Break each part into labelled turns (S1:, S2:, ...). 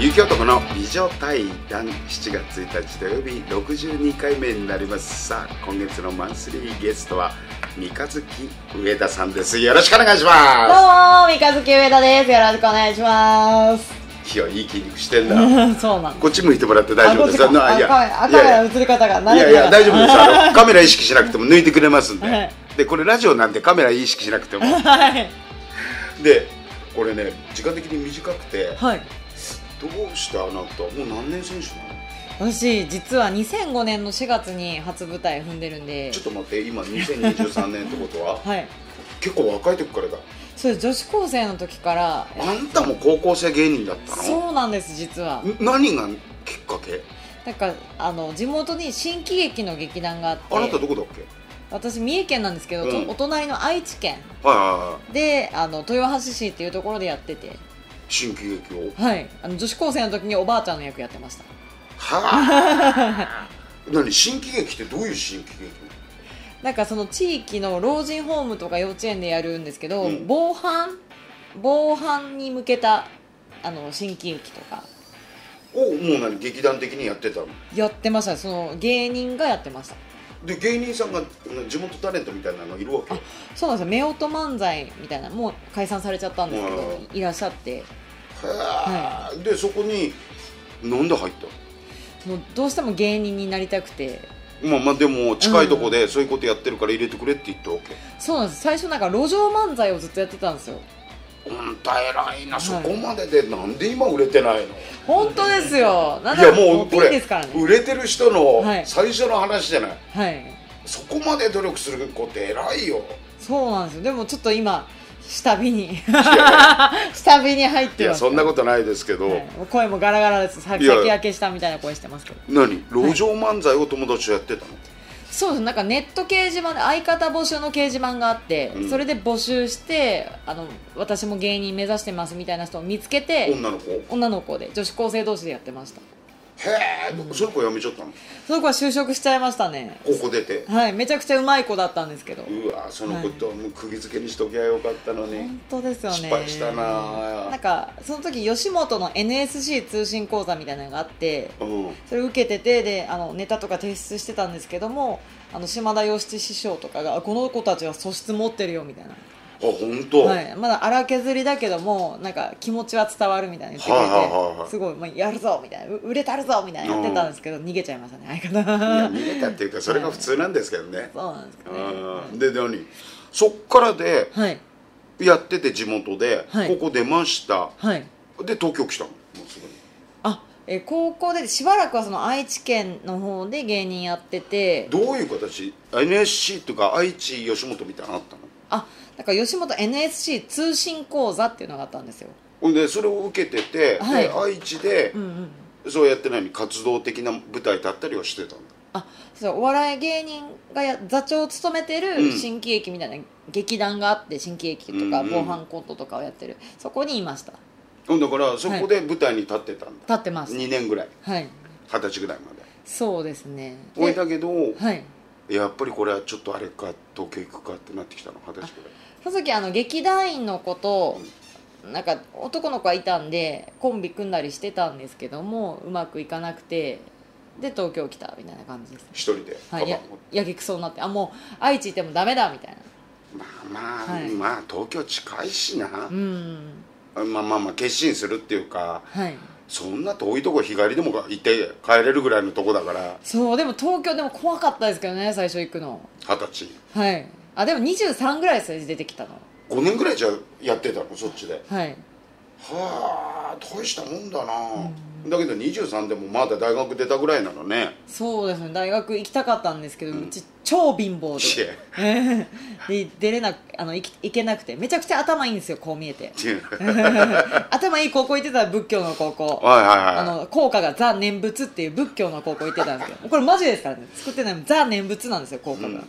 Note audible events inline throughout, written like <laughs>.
S1: 雪男の美女対談7月1日土曜日62回目になりますさあ今月のマンスリーゲストは三日月上田さんですよろしくお願いし
S2: どうも
S1: ま
S2: 三日月上田ですよろしくお願いします
S1: すいやいい筋肉してんな
S2: <laughs> そうなの
S1: こっち向いてもらって大丈夫です
S2: あこっちか
S1: あいや
S2: あカメ
S1: いやい
S2: ラ
S1: や
S2: の映り方が慣
S1: いやい
S2: れてなか
S1: や
S2: った
S1: 大丈
S2: <laughs>
S1: 夫ですあのカメラ意識しなくても抜いてくれますんで、
S2: はい
S1: でこれラジオなんでカメラ意識しなくても
S2: はい
S1: でこれね時間的に短くて
S2: <laughs> はい
S1: どうしてあなたもう何年選手なの
S2: 私実は2005年の4月に初舞台踏んでるんで
S1: ちょっと待って今2023年ってことは
S2: はい
S1: 結構若い時からだ
S2: そうです女子高生の時から
S1: あんたも高校生芸人だったの
S2: そうなんです実は
S1: ん何がきっかけ
S2: なんかあの地元に新喜劇の劇団があって
S1: あなたどこだっけ
S2: 私三重県なんですけど、
S1: うん
S2: お隣の愛知県
S1: はいはいはい
S2: であの豊橋市っていうところでやってて
S1: 新喜劇を
S2: はいあの女子高生の時におばあちゃんの役やってました
S1: は <laughs> あ何新喜劇ってどういう新喜劇
S2: なんかその地域の老人ホームとか幼稚園でやるんですけど、
S1: うん
S2: 防犯防犯に向けたあの新喜劇とか
S1: をもう何劇団的にやってたの
S2: やってましたねその芸人がやってました
S1: で芸人さんがうん地元タレントみたいなのいるわけ
S2: そうなんですよ夫婦漫才みたいなもう解散されちゃったんですけどいらっしゃって
S1: はあでそこになんで入ったの
S2: もうどうしても芸人になりたくて
S1: まあまあでも近いとこでそういうことやってるから入れてくれって言ったわけ、
S2: そうなんです最初なんか路上漫才をずっとやってたんですよ
S1: うんた偉いな、
S2: はい
S1: そこまででなんで今売れてないの
S2: 本当ですよなん
S1: い
S2: だ
S1: や
S2: ろう
S1: もう
S2: ピ
S1: こ
S2: ン
S1: れ
S2: ですからね
S1: 売れてる人の
S2: はい
S1: 最初の話じゃない、
S2: はい
S1: そこまで努力する子って偉いよ
S2: そうなんですよでもちょっと今下火に <laughs> 下火に入っ
S1: い
S2: て
S1: や
S2: ます
S1: そんなことないですけど、
S2: はい声もガラガラですさ
S1: い
S2: 先
S1: や
S2: 明けしたみたいな声してますけど
S1: 何路上漫才を友達とやってたの、
S2: そうですなんかネット掲示板で相方募集の掲示板があって、
S1: うん
S2: それで募集してあの私も芸人目指してますみたいな人を見つけて
S1: 女の子へ
S2: 女の子で女子高生同士でやってました
S1: え、その子辞めちゃったの
S2: その子は就職しちゃいましたね
S1: 高校出て
S2: はいめちゃくちゃうまい子だったんですけど
S1: うわそのこともう釘付けにしときゃよかったのに、
S2: 本当ですよね
S1: 失敗したなあ
S2: なんかその時吉本の NSC 通信講座みたいなのがあって
S1: うん
S2: それ受けててであのネタとか提出してたんですけどもあの島田洋七師匠とかがあこの子たちは素質持ってるよみたいな、
S1: あ本当、
S2: はい、まだ荒削りだけどもなんか気持ちは伝わるみたいな言ってくれて、
S1: はいはいはいはい
S2: すごい、まあ、やるぞみたいなう売れたるぞみたいなやってたんですけど、逃げちゃいましたね相
S1: いや
S2: 方
S1: 逃げたっていうかそれが普通なんですけどね、
S2: <laughs> そうなんですかね
S1: うんで何そっからで
S2: はい
S1: やってて地元で、
S2: はい
S1: ここ出ました
S2: はい
S1: で東京来たのもうすぐに
S2: あえー高校でしばらくはその愛知県の方で芸人やってて
S1: どういう形 NSC とか愛知吉本みたいなのあったの
S2: あなんか吉本 NSC 通信講座っていうのがあったんですよ
S1: ほんでそれを受けてて、
S2: はい
S1: で愛知で、
S2: うんうん
S1: そうやって何活動的な舞台だったりはしてたの
S2: あそうお笑い芸人がや座長を務めて
S1: うん
S2: る新喜劇みたいな劇団があって新喜劇とか
S1: うんうん
S2: 防犯コントとかをやってるそこにいました
S1: ほんだからそこで舞台に立ってたんだ、
S2: 立ってます
S1: 2年ぐらい
S2: はい
S1: 二十歳ぐらいまで
S2: そうですねで
S1: おいだけど、
S2: はい
S1: やっぱりこれはちょっとあれか東京行くかってなってきたの二十歳ぐらい
S2: その時あの劇団員の子となんか男の子がいたんでコンビ組んだりしてたんですけどもうまくいかなくてで東京来たみたいな感じですね
S1: 一人で
S2: はい、や
S1: カバン持って
S2: やけくそになってあもう愛知行ってもダメだみたいな
S1: まあまあ、
S2: はい
S1: まあ東京近いしな、
S2: うん
S1: まあまあまあ決心するっていうか
S2: はい
S1: そんな遠いとこ日帰りでも行って帰れるぐらいのとこだから
S2: そうでも東京でも怖かったですけどね最初行くの
S1: 二十歳
S2: はいあでも23ぐらいですね出てきたの
S1: 5年ぐらいじゃやってたのそっちで
S2: はい
S1: はあ大したもんだな、だけど23でもまだ大学出たぐらいなのね
S2: そうですね大学行きたかったんですけど、うち超貧乏
S1: いや <laughs>
S2: でで出れなくあの行き行けなくてめちゃくちゃ頭いいんですよこう見えて <laughs> 頭いい高校行ってたら仏教の高校
S1: はいはいはい
S2: あの校歌が「ザ・念仏」っていう仏教の高校行ってたんですけどこれマジですからね作ってないザ・念仏なんですよ校歌が、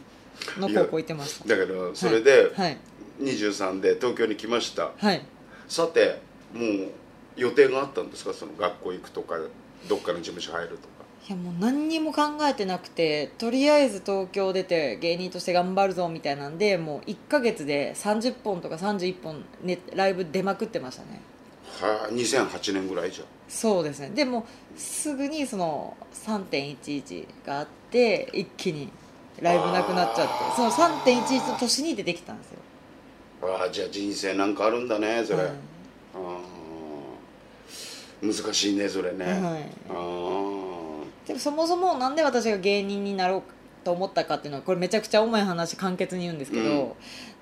S2: の高校行ってました
S1: だけどそれで
S2: はい
S1: 23で東京に来ました
S2: はい
S1: さてもう予定があったんですかその学校行くとかどっかの事務所入るとか
S2: いやもう何にも考えてなくてとりあえず東京出て芸人として頑張るぞみたいなんでもう1か月で30本とか31本、ね、ライブ出まくってましたね
S1: はあ2008年ぐらいじゃん
S2: そうですねでもすぐにその3.11があって一気にライブなくなっちゃってその3.11の年に出てきたんですよ、
S1: ああじゃあ人生なんかあるんだねそれ、
S2: はい
S1: ああ難しいねそれね、あ
S2: はい、
S1: あ
S2: でもそもそもなんで私が芸人になろうと思ったかっていうのはこれめちゃくちゃ重い話簡潔に言うんですけど、
S1: うん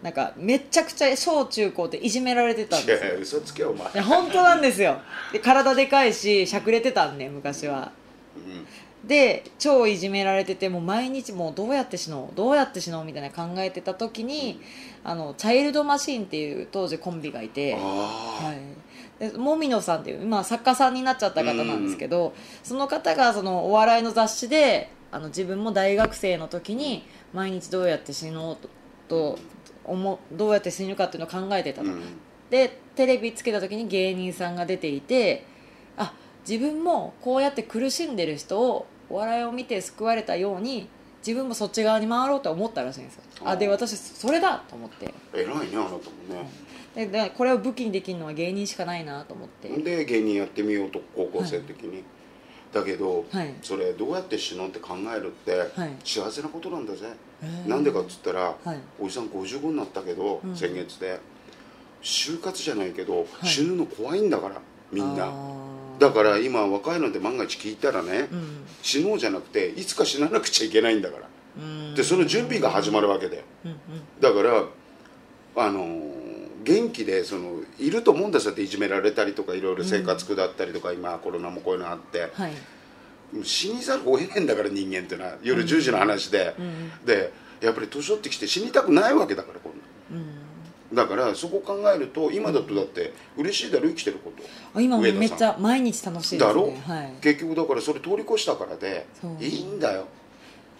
S2: なんかめちゃくちゃ小中高っていじめられてたん
S1: い
S2: です
S1: や
S2: よ
S1: いや嘘つけお前
S2: いや本当なんですよで体でかいししゃくれてたんで昔は
S1: うん
S2: で超いじめられててもう毎日もうどうやって死のうどうやって死のうみたいな考えてた時に、あのチャイルドマシーンっていう当時コンビがいて
S1: あ
S2: はい、でもみのさんっていう、まあ、作家さんになっちゃった方なんですけど、その方がそのお笑いの雑誌であの自分も大学生の時に毎日どうやって死のうとと思うどうやって死ぬかっていうのを考えてた
S1: あ
S2: と、
S1: うん
S2: でテレビつけた時に芸人さんが出ていてあ自分もこうやって苦しんでる人をお笑いを見て救われたように自分もそっち側に回ろうと思ったらしいんですよあで私それだと思って
S1: 偉いねあなたもね
S2: ででこれを武器にできるのは芸人しかないなと思って
S1: で芸人やってみようと高校生の時に、だけど、
S2: はい
S1: それどうやって死のうって考えるって、
S2: はい
S1: 幸せなことなんだぜ、
S2: へー
S1: なんでかっつったら、
S2: はい
S1: おじさん55になったけど、
S2: うん
S1: 先月で就活じゃないけど、
S2: い
S1: 死ぬの怖いんだからみん
S2: あ
S1: な
S2: ー
S1: だから今若いので万が一聞いたらね、
S2: うん
S1: 死のうじゃなくていつか死ななくちゃいけないんだから
S2: うん
S1: でその準備が始まるわけだよ
S2: うんうん
S1: だからあのー元気でそのいると思うんですよっていじめられたりとかいろいろ生活下ったりとか、今コロナもこういうのあって
S2: はい
S1: 死にざるを得ないんだから人間ってのは夜10時の話で、
S2: うん
S1: でやっぱり年取ってきて死にたくないわけだからこん
S2: うん
S1: なだからそこ考えると今だとだって嬉しいだろ生きてること
S2: あ今も
S1: 上田さん
S2: めっちゃ毎日楽しいです
S1: だ
S2: ね
S1: ろ
S2: はい
S1: 結局だからそれ通り越したからで
S2: そう
S1: いいんだよ、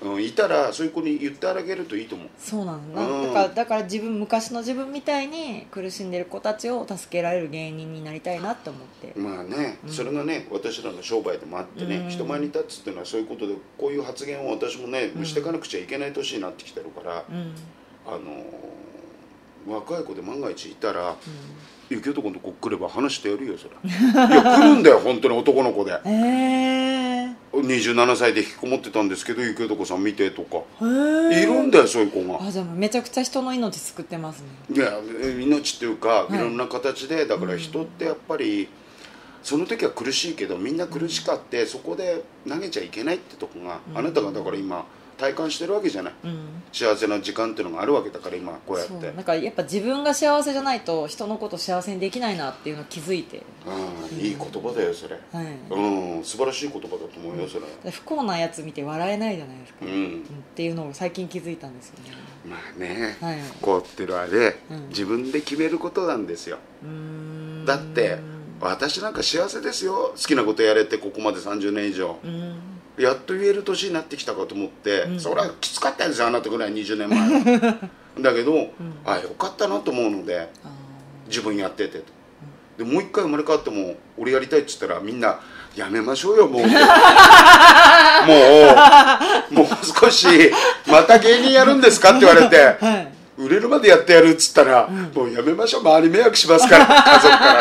S1: うん、いたらそういう子に言ってあげるといいと思う
S2: そうなんだ
S1: うん
S2: だからだから自分昔の自分みたいに苦しんでる子たちを助けられる芸人になりたいなと思って
S1: まあね、それがね私らの商売でもあってね、
S2: うん
S1: 人前に立つっていうのはそういうことでこういう発言を私もね、
S2: うん
S1: していかなくちゃいけない年になってきてるから、
S2: うんうん
S1: あのー若い子で万が一いたら「雪男の子来れば話してやるよ
S2: <laughs>
S1: それ」いや来るんだよ本当に男の子で
S2: ええへ
S1: 27歳で引きこもってたんですけど雪男さん見てとかい
S2: え
S1: るんだよそういう子が。
S2: あじゃあもうめちゃくちゃ人の命救ってますね
S1: いや命っていうか、
S2: い
S1: い、ろんな形でだから人ってやっぱり、その時は苦しいけどみんな苦しかってそこで投げちゃいけないってとこが、
S2: うん
S1: あなたがだから今体感してるわけじゃない
S2: うん
S1: 幸せな時間っていうのがあるわけだから今こうやって
S2: そうなんかやっぱ自分が幸せじゃないと人のこと幸せにできないなっていうのを気づいて、
S1: うん、いい言葉だよそれ、
S2: はい
S1: うん、素晴らしい言葉だと思うよそれ、
S2: 不幸なやつ見て笑えないじゃないです
S1: う
S2: か、
S1: ん
S2: っていうのを最近気づいたんですよね
S1: まあね、
S2: はい
S1: 不幸っていうのはね、
S2: うん
S1: 自分で決めることなんですよ
S2: うーん
S1: だって私なんか幸せですよ好きなことやれてここまで30年以上、
S2: うん
S1: やっと言える年になってきたかと思って、
S2: うん
S1: そりゃきつかったんですよあなたぐらい20年
S2: <laughs>
S1: 前はだけど、あよかったなと思うので
S2: あ
S1: 自分やっててと、でもう一回生まれ変わっても俺やりたいっつったらみんなやめましょうよ
S2: <laughs>
S1: もうもうもう少しまた芸人やるんですかって言われて
S2: ーはい
S1: 売れるまでやってやるっつったら、もうやめましょう周り迷惑します
S2: <laughs>
S1: から家族か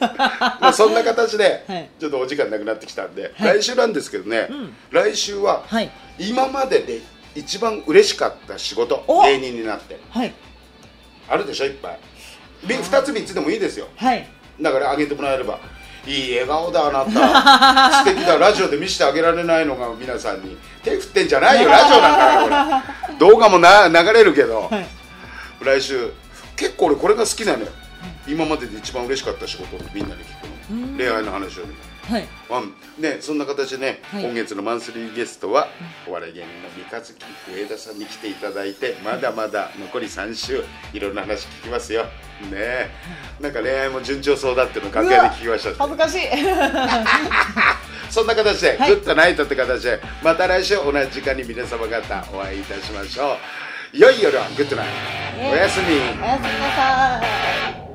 S1: らまあそんな形で、
S2: はい
S1: ちょっとお時間なくなってきたんで、
S2: はい
S1: 来週なんですけどね、
S2: ん
S1: 来週は、
S2: はい
S1: 今までで一番嬉しかった仕事
S2: お
S1: 芸人になって
S2: はい
S1: あるでしょいっぱい2つ3つでもいいですよ
S2: はい
S1: だからあげてもらえればいい笑顔だあな
S2: <laughs>
S1: た素敵だラジオで見せてあげられないのが皆さんに手振ってんじゃないよラジオなんだからこ
S2: <laughs>
S1: れ動画もな流れるけど、
S2: はい
S1: 来週結構俺これが好きなのよ、今までで一番嬉しかった仕事をみんなに聞くの恋愛の話よりも
S2: はい
S1: うん、ねそんな形でね、
S2: はい
S1: 今月のマンスリーゲストはお笑い芸人の三日月上田さんに来ていただいてまだまだ残り3週いろんな話聞きますよねえなんか恋愛も順調そうだっていうの楽屋で聞きました
S2: 恥ずかしい <laughs>
S1: そんな形で、
S2: はい
S1: グッドナイトって形でまた来週同じ時間に皆様方お会いいたしましょう良い夜はグッドナイトおやすみ
S2: おやすみなさい